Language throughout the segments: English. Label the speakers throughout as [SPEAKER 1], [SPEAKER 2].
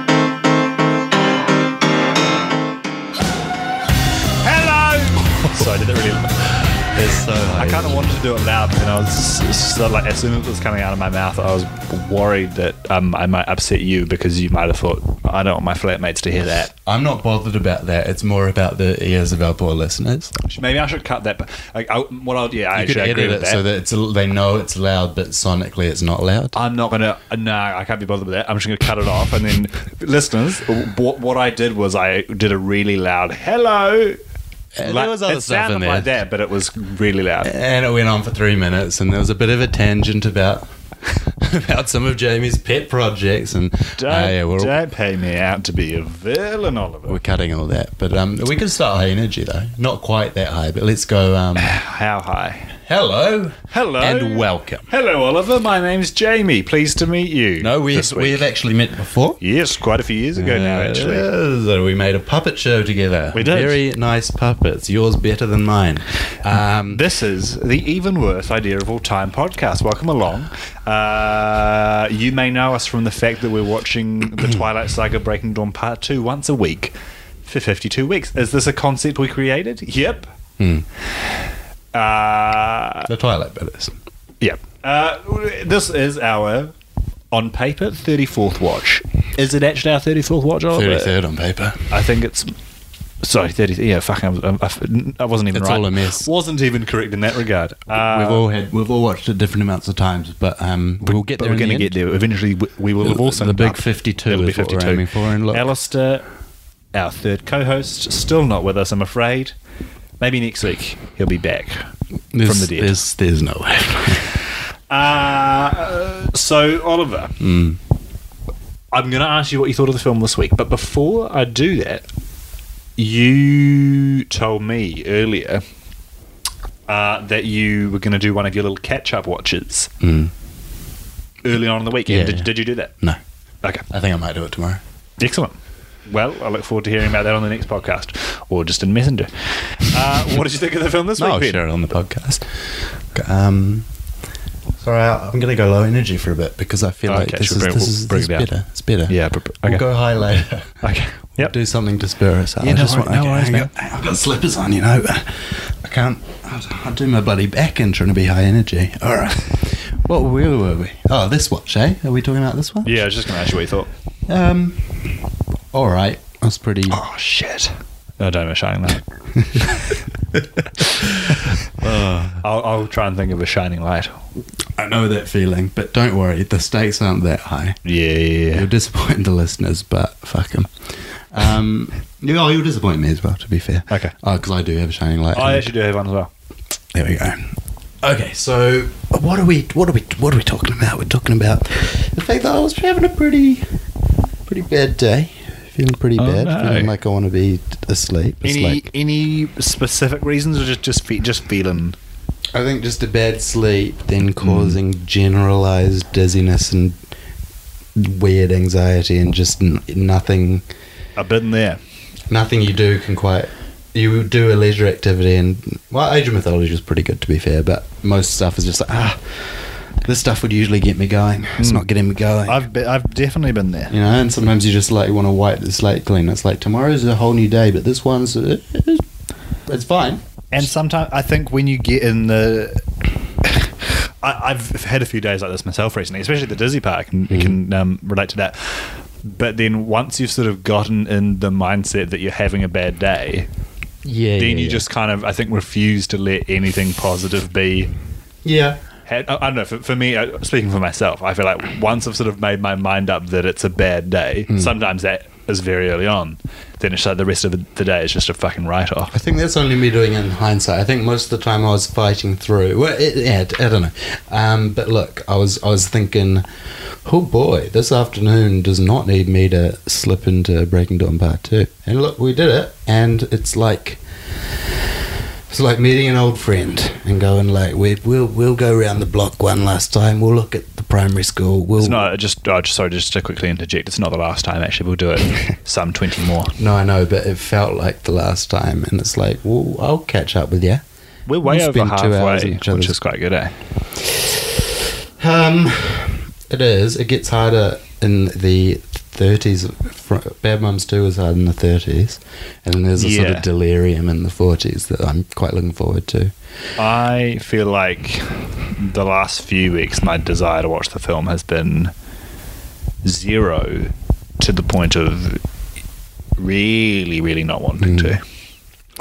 [SPEAKER 1] It's so. I kind of wanted to do it loud, but then I was so like, as soon as it was coming out of my mouth, I was worried that um, I might upset you because you might have thought I don't want my flatmates to hear that.
[SPEAKER 2] I'm not bothered about that. It's more about the ears of our poor listeners.
[SPEAKER 1] Maybe I should cut that. But like, I, what I'll yeah, I
[SPEAKER 2] You could
[SPEAKER 1] actually agree
[SPEAKER 2] edit
[SPEAKER 1] with
[SPEAKER 2] it
[SPEAKER 1] that.
[SPEAKER 2] so that it's, they know it's loud, but sonically it's not loud.
[SPEAKER 1] I'm not gonna. uh, No, I can't be bothered with that. I'm just gonna cut it off. And then, listeners, what, what I did was I did a really loud hello.
[SPEAKER 2] there
[SPEAKER 1] Like,
[SPEAKER 2] was other
[SPEAKER 1] it
[SPEAKER 2] stuff in
[SPEAKER 1] sounded
[SPEAKER 2] there.
[SPEAKER 1] like that, but it was really loud.
[SPEAKER 2] And it went on for three minutes, and there was a bit of a tangent about about some of Jamie's pet projects, and
[SPEAKER 1] Don't,
[SPEAKER 2] Ah, yeah, we're,
[SPEAKER 1] don't pay me out to be a villain, Oliver.
[SPEAKER 2] we're cutting all that. But um, we could start high energy though, not quite that high, but let's go. Um,
[SPEAKER 1] How high?
[SPEAKER 2] hello,
[SPEAKER 1] Hello.
[SPEAKER 2] and welcome.
[SPEAKER 1] Hello, Oliver. My name's Jamie. Pleased to meet you.
[SPEAKER 2] No, we
[SPEAKER 1] this
[SPEAKER 2] have, we
[SPEAKER 1] week.
[SPEAKER 2] have actually met before.
[SPEAKER 1] Yes, quite a few years ago now, actually.
[SPEAKER 2] Uh, so we made a puppet show together.
[SPEAKER 1] We did.
[SPEAKER 2] Very nice puppets. Yours better than mine. Um,
[SPEAKER 1] This is the Even Worse Idea of All Time podcast. Welcome along. Uh, you may know us from the fact that we're watching The Twilight Saga Breaking Dawn Part 2 once a week for 52 weeks. Is this a concept we created? Yep.
[SPEAKER 2] Hmm.
[SPEAKER 1] Uh,
[SPEAKER 2] the Twilight Brothers.
[SPEAKER 1] yep. Uh, this is our, on paper, 34th watch. Is it actually our 34th watch? Oliver?
[SPEAKER 2] 33rd on paper.
[SPEAKER 1] I think it's. Sorry, 30. Yeah, fuck, I'm, I'm, I- I wasn't even
[SPEAKER 2] It's
[SPEAKER 1] right.
[SPEAKER 2] all a mess.
[SPEAKER 1] Wasn't even correct in that regard. Uh,
[SPEAKER 2] we've all had, we've all watched it different amounts of times, but um, we'll get
[SPEAKER 1] but
[SPEAKER 2] there.
[SPEAKER 1] we're
[SPEAKER 2] in
[SPEAKER 1] going
[SPEAKER 2] the
[SPEAKER 1] to get
[SPEAKER 2] end.
[SPEAKER 1] there. Eventually, we, we will have
[SPEAKER 2] The-
[SPEAKER 1] also
[SPEAKER 2] the big 52
[SPEAKER 1] It'll be
[SPEAKER 2] is what we're
[SPEAKER 1] 52.
[SPEAKER 2] aiming for, and look-
[SPEAKER 1] Alistair, our third co-host, still not with us. I'm afraid. Maybe next week he'll be back
[SPEAKER 2] There's-
[SPEAKER 1] from the dead.
[SPEAKER 2] There's, there's no way.
[SPEAKER 1] Uh, so, Oliver, I'm going to ask you what you thought of the film this week. But before I do that, you told me earlier uh, that you were going to do one of your little catch up watches early on in the weekend.
[SPEAKER 2] Yeah.
[SPEAKER 1] Did, did you do that?
[SPEAKER 2] no,
[SPEAKER 1] Okay.
[SPEAKER 2] I think I might do it tomorrow.
[SPEAKER 1] Excellent. Well, I look forward to hearing about that on the next podcast or just in Messenger. Uh, what did you think of the film this
[SPEAKER 2] No, I'll
[SPEAKER 1] week,
[SPEAKER 2] share it on the podcast. Um, sorry, I- I'm going to go low energy for a bit because I feel like
[SPEAKER 1] Okay,
[SPEAKER 2] this
[SPEAKER 1] sure,
[SPEAKER 2] is,
[SPEAKER 1] bring-
[SPEAKER 2] this
[SPEAKER 1] we'll
[SPEAKER 2] is,
[SPEAKER 1] bring
[SPEAKER 2] this is
[SPEAKER 1] it down.
[SPEAKER 2] better. It's better.
[SPEAKER 1] Yeah, pre- pre-
[SPEAKER 2] We'll
[SPEAKER 1] okay.
[SPEAKER 2] go high later.
[SPEAKER 1] Okay. Yep.
[SPEAKER 2] do something to spur us up.
[SPEAKER 1] Yeah,
[SPEAKER 2] I
[SPEAKER 1] no
[SPEAKER 2] just
[SPEAKER 1] worries-
[SPEAKER 2] want,
[SPEAKER 1] no worries,
[SPEAKER 2] hang
[SPEAKER 1] man.
[SPEAKER 2] on, hang on, I've got slippers on, you know. I can't. I I do my bloody back in trying to be high energy. All right. What where were we? Oh, this watch, eh? Are we talking about this one?
[SPEAKER 1] Yeah, I was just going to ask you what you thought.
[SPEAKER 2] Um. All right. That's pretty.
[SPEAKER 1] Oh, shit. No, don't be shining light. I'll, I'll try and think of a shining light.
[SPEAKER 2] uh, I know that feeling, but don't worry. The stakes aren't that high. You'll
[SPEAKER 1] Yeah.
[SPEAKER 2] disappoint the listeners, but fuck them. Um. you- Oh, you'll disappoint me as well. To be fair.
[SPEAKER 1] Okay.
[SPEAKER 2] Oh, because I do have a shining light.
[SPEAKER 1] I actually do have one as well.
[SPEAKER 2] There we go. Okay, so what are we what are we what are we talking about? We're talking about the fact that I was having a pretty pretty bad day. Feeling pretty
[SPEAKER 1] Oh,
[SPEAKER 2] bad.
[SPEAKER 1] no.
[SPEAKER 2] Feeling like I want to be asleep. It's
[SPEAKER 1] Any
[SPEAKER 2] like-
[SPEAKER 1] any specific reasons or just just, fe- just feeling?
[SPEAKER 2] I think just a bad sleep then causing generalized dizziness and weird anxiety and just n- nothing
[SPEAKER 1] I've been there.
[SPEAKER 2] nothing you do can quite you do a leisure activity and well Adrian mythology was pretty good to be fair but most stuff is just like ah this stuff would usually get me going it's
[SPEAKER 1] Mm.
[SPEAKER 2] not getting me going
[SPEAKER 1] I've be- I've definitely been there.
[SPEAKER 2] you know and sometimes you just like want to wipe the slate clean it's like tomorrow's a whole new day but this one's uh, it's fine
[SPEAKER 1] And sometimes I think when you get in the, I, I've had a few days like this myself recently, especially at the Disney park, and you can um, relate to that. But then once you've sort of gotten in the mindset that you're having a bad day,
[SPEAKER 2] yeah
[SPEAKER 1] then you just kind of I think refuse to let anything positive be.
[SPEAKER 2] yeah
[SPEAKER 1] Had, I I don't know. For, for me, uh, speaking for myself, I feel like once I've sort of made my mind up that it's a bad day,
[SPEAKER 2] Hmm.
[SPEAKER 1] sometimes that is very early on. Then it's like the rest of the day is just a fucking write off.
[SPEAKER 2] I think that's only me doing it in hindsight. I think most of the time I was fighting through. Well, it, yeah, I don't know. Um, but look, I was I was thinking, oh boy, this afternoon does not need me to slip into Breaking Dawn Part Two. And look, we did it, and it's like it's like meeting an old friend and going like, we, we'll we'll go round the block one last time. We'll look at the primary school. We'll
[SPEAKER 1] It's not just, oh, just sorry, just to quickly interject. It's not the last time. Actually, we'll do it some twenty more.
[SPEAKER 2] No, I know, but it felt like the last time, and it's like, well, I'll catch up with you.
[SPEAKER 1] We're way
[SPEAKER 2] We'll
[SPEAKER 1] over
[SPEAKER 2] spend two hours
[SPEAKER 1] halfway,
[SPEAKER 2] in each
[SPEAKER 1] which
[SPEAKER 2] other's-
[SPEAKER 1] is quite good, eh?
[SPEAKER 2] Um, it is. It gets harder in the thirties. Bad Moms Two was hard in the thirties, and then there's a sort
[SPEAKER 1] Yeah.
[SPEAKER 2] of delirium in the forties that I'm quite looking forward to.
[SPEAKER 1] I feel like the last few weeks, my desire to watch the film has been zero to the point of really, really not wanting
[SPEAKER 2] Mm.
[SPEAKER 1] to.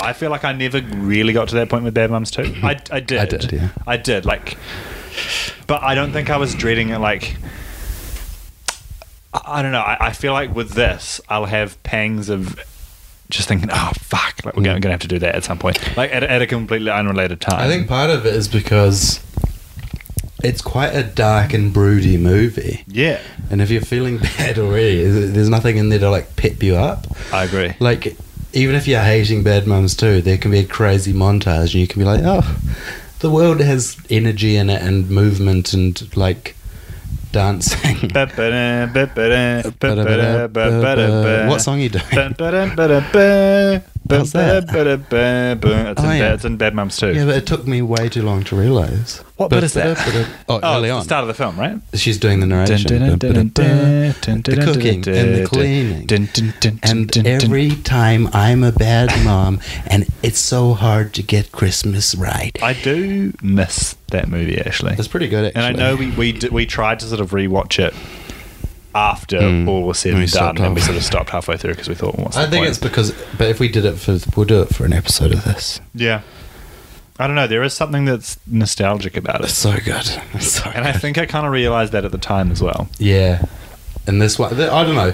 [SPEAKER 1] I feel like I never really got to that point with Bad Moms 2. I, I did.
[SPEAKER 2] Hmm. did, yeah.
[SPEAKER 1] I did. Like, but I don't think I was dreading it like. I I don't know. I, I feel like with this, I'll have pangs of just thinking, "Oh fuck, like, we're going to have to do that at some point." Like at, at a completely unrelated time.
[SPEAKER 2] I think part of it is because it's quite a dark and broody movie,
[SPEAKER 1] Yeah,
[SPEAKER 2] and if you're feeling bad already, there's nothing in there to like pep you up.
[SPEAKER 1] I agree.
[SPEAKER 2] Like, even if you're hating Bad Moms too, there can be a crazy montage, and you can be like, oh, the world has energy in it and movement and like dancing. what
[SPEAKER 1] What
[SPEAKER 2] song are you doing? How's
[SPEAKER 1] that? It's in,
[SPEAKER 2] Oh, yeah.
[SPEAKER 1] Bad- it's in Bad Mums too.
[SPEAKER 2] Yeah, but it took me way too long to realise.
[SPEAKER 1] What bit is that?
[SPEAKER 2] Oh, early
[SPEAKER 1] it's
[SPEAKER 2] on.
[SPEAKER 1] the start of the film, right?
[SPEAKER 2] She's doing the narration. The cooking and the cleaning. And every time I'm a bad mom, and it's so hard to get Christmas right.
[SPEAKER 1] I do miss that movie actually,
[SPEAKER 2] It's pretty good, actually.
[SPEAKER 1] and I know we we d- we tried to sort of rewatch it after
[SPEAKER 2] Mm.
[SPEAKER 1] all was said
[SPEAKER 2] And we
[SPEAKER 1] and done,
[SPEAKER 2] stopped
[SPEAKER 1] and we
[SPEAKER 2] half-
[SPEAKER 1] sort of stopped halfway through because we thought, well, what's
[SPEAKER 2] I
[SPEAKER 1] the
[SPEAKER 2] think
[SPEAKER 1] point?
[SPEAKER 2] it's because, but if we did it for, we'll do it for an episode of this.
[SPEAKER 1] Yeah. I don't know. There is something that's nostalgic about
[SPEAKER 2] It's
[SPEAKER 1] it.
[SPEAKER 2] so good. It's so
[SPEAKER 1] And I
[SPEAKER 2] good.
[SPEAKER 1] think I kind of realized that at the time as well.
[SPEAKER 2] yeah. And this one, I don't know.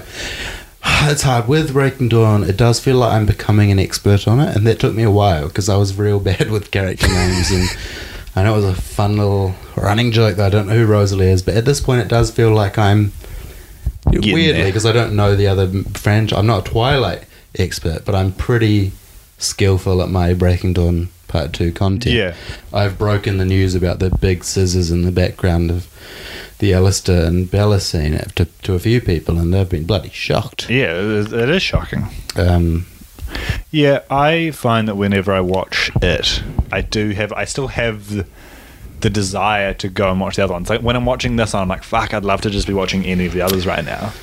[SPEAKER 2] It's hard with Breaking Dawn. It does feel like I'm becoming an expert on it, and that took me a while because I was real bad with character names, and I know it was a fun little running joke that I don't know who Rosalie is, but at this point, it does feel like I'm
[SPEAKER 1] Getting
[SPEAKER 2] weirdly
[SPEAKER 1] there.
[SPEAKER 2] because I don't know the other franchise. I'm not a Twilight expert, but I'm pretty skillful at my Breaking Dawn Part Two content. I've broken the news about the big scissors in the background of the Alistair and Bella scene up to, to a few people, and they've been bloody shocked.
[SPEAKER 1] Yeah, it is, it is shocking.
[SPEAKER 2] Um,
[SPEAKER 1] Yeah, I find that whenever I watch it, I do have, I still have the, the desire to go and watch the other ones. Like when I'm watching this one, I'm like, fuck, I'd love to just be watching any of the others right now.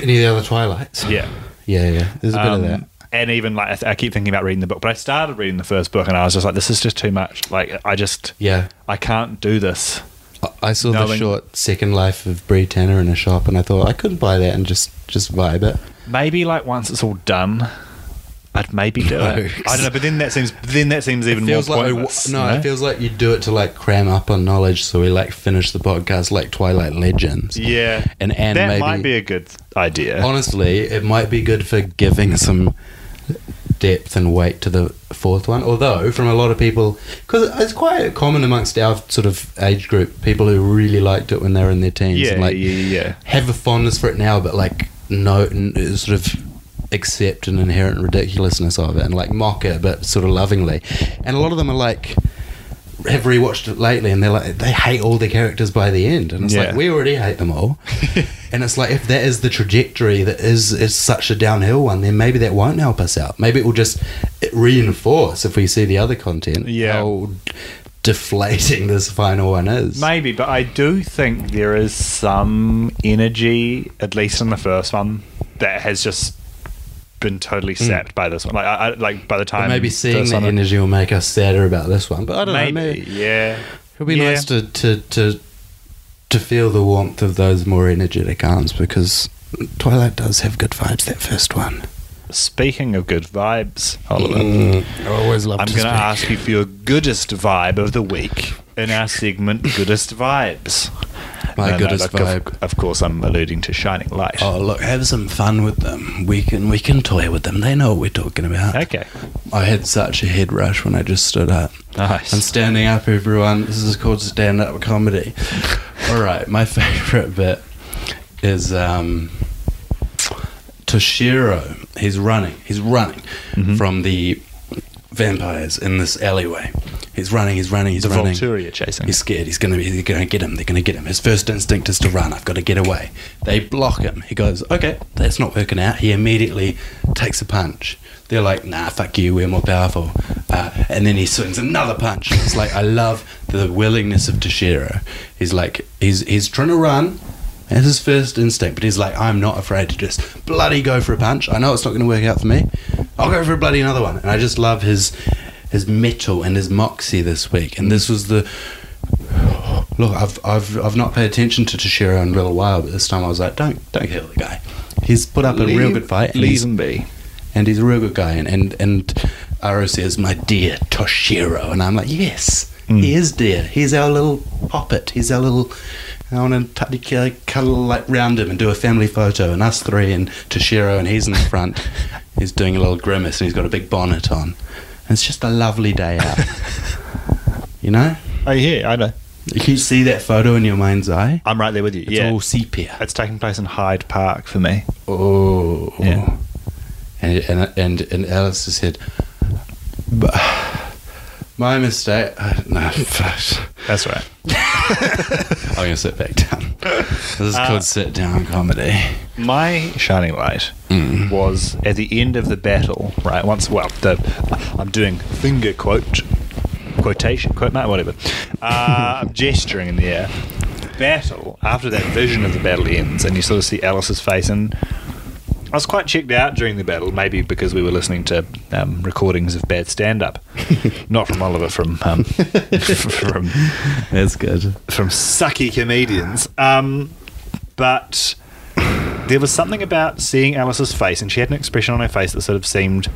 [SPEAKER 2] any of the other Twilights?
[SPEAKER 1] Yeah.
[SPEAKER 2] yeah, yeah. There's a bit
[SPEAKER 1] Um,
[SPEAKER 2] of that.
[SPEAKER 1] And even like, I, th- I keep thinking about reading the book, but I started reading the first book and I was just like, this is just too much. Like, I just,
[SPEAKER 2] Yeah,
[SPEAKER 1] I can't do this.
[SPEAKER 2] I- I saw the
[SPEAKER 1] Knowing-
[SPEAKER 2] short Second Life of Brie Tanner in a shop, and I thought I could buy that and just just vibe it.
[SPEAKER 1] Maybe like once it's all done, I'd maybe do it.
[SPEAKER 2] Gross.
[SPEAKER 1] I don't know, but then that seems then that seems even
[SPEAKER 2] It feels
[SPEAKER 1] more
[SPEAKER 2] like no,
[SPEAKER 1] pointless. you
[SPEAKER 2] it
[SPEAKER 1] know?
[SPEAKER 2] feels like you do it to like cram up on knowledge, so we like finish the podcast like Twilight Legends.
[SPEAKER 1] yeah,
[SPEAKER 2] And and
[SPEAKER 1] that
[SPEAKER 2] maybe
[SPEAKER 1] might be a good idea.
[SPEAKER 2] honestly, it might be good for giving some depth and weight to the fourth one. Although, from a lot of people, because it's quite common amongst our sort of age group, people who really liked it when they were in their teens,
[SPEAKER 1] yeah,
[SPEAKER 2] and like
[SPEAKER 1] yeah, yeah,
[SPEAKER 2] have a fondness for it now, but like no, n- sort of accept an inherent ridiculousness of it and like mock it, but sort of lovingly. And a lot of them are like. Have rewatched it lately, and they're like they hate all the characters by the end, and it's like
[SPEAKER 1] Yeah.
[SPEAKER 2] we already hate them all. And it's like if that is the trajectory that is is such a downhill one, then maybe that won't help us out. Maybe it will just reinforce if we see the other content.
[SPEAKER 1] Yeah.
[SPEAKER 2] How deflating this final one is.
[SPEAKER 1] Maybe, but I do think there is some energy, at least in the first one, that has just been totally sapped by this one. Like, I, I, like by the
[SPEAKER 2] Hmm. But
[SPEAKER 1] time
[SPEAKER 2] maybe seeing
[SPEAKER 1] this
[SPEAKER 2] that
[SPEAKER 1] one-
[SPEAKER 2] energy will make us sadder about this one. But I don't
[SPEAKER 1] maybe,
[SPEAKER 2] know. Maybe
[SPEAKER 1] yeah,
[SPEAKER 2] it'll be
[SPEAKER 1] Yeah.
[SPEAKER 2] nice to, to to to feel the warmth of those more energetic arms because Twilight does have good vibes. That first one.
[SPEAKER 1] Speaking of good vibes, Oliver.
[SPEAKER 2] I always love.
[SPEAKER 1] Mm. I'm going to ask you for your goodest vibe of the week in our segment, Goodest Vibes.
[SPEAKER 2] My goodest
[SPEAKER 1] look, of-
[SPEAKER 2] vibe.
[SPEAKER 1] Of, course, I'm alluding to Shining Light.
[SPEAKER 2] Oh look, have some fun with them. We can we can toy with them. They know what we're talking about.
[SPEAKER 1] Okay.
[SPEAKER 2] I had such a head rush when I just stood up. I'm
[SPEAKER 1] Nice.
[SPEAKER 2] standing up, everyone. This is called stand up comedy. All right, my favorite bit is um, Toshiro. He's running. He's running
[SPEAKER 1] Mm-hmm.
[SPEAKER 2] from the vampires in this alleyway. He's running. He's running. He's
[SPEAKER 1] The
[SPEAKER 2] running.
[SPEAKER 1] Volturia chasing.
[SPEAKER 2] He's scared. He's gonna be. They're gonna get him. They're gonna get him. His first instinct is to run. I've got to get away. They block him. He goes, okay, that's not working out. He immediately takes a punch. They're like, nah, fuck you. We're more powerful. Uh, and then he swings another punch. It's like I love the willingness of Teixeira. He's like, he's he's trying to run. It's his first instinct, but he's like, I'm not afraid to just bloody go for a punch. I know it's not going to work out for me. I'll go for a bloody another one. And I just love his his metal and his moxie this week. And this was the look. I've I've I've not paid attention to Toshiro in a little while, but this time I was like, don't don't kill the guy. He's put up a real good fight. And
[SPEAKER 1] Leave
[SPEAKER 2] he's,
[SPEAKER 1] him be.
[SPEAKER 2] and he's a real good guy. And and and Aro says, "My dear Toshiro," and I'm like, "Yes,
[SPEAKER 1] Mm.
[SPEAKER 2] he is dear. He's our little poppet. He's our little." I want to t- cuddle like round him and do a family photo, and us three and Toshiro, and he's in the front. he's doing a little grimace, and he's got a big bonnet on. And it's just a lovely day out, you know.
[SPEAKER 1] Oh yeah, I know.
[SPEAKER 2] You see that photo in your mind's eye.
[SPEAKER 1] I'm right there with you.
[SPEAKER 2] It's
[SPEAKER 1] yeah,
[SPEAKER 2] all sepia.
[SPEAKER 1] it's taking place in Hyde Park for me.
[SPEAKER 2] Oh.
[SPEAKER 1] Yeah.
[SPEAKER 2] And and and, and Alice just said, "But my mistake. I, no, fuck.
[SPEAKER 1] That's right.
[SPEAKER 2] I'm gonna sit back down. This is
[SPEAKER 1] Uh,
[SPEAKER 2] called sit down comedy.
[SPEAKER 1] My shining light was at the end of the battle. Right, once well, the I'm doing finger quote quotation quote mark whatever. Uh, I'm gesturing in the air. Battle after that vision of the battle ends, and you sort of see Alice's face and. I was quite checked out during the battle, maybe because we were listening to um, recordings of bad stand-up, not from Oliver, from um, from
[SPEAKER 2] That's good.
[SPEAKER 1] from sucky comedians. Um, but there was something about seeing Alice's face, and she had an expression on her face that sort of seemed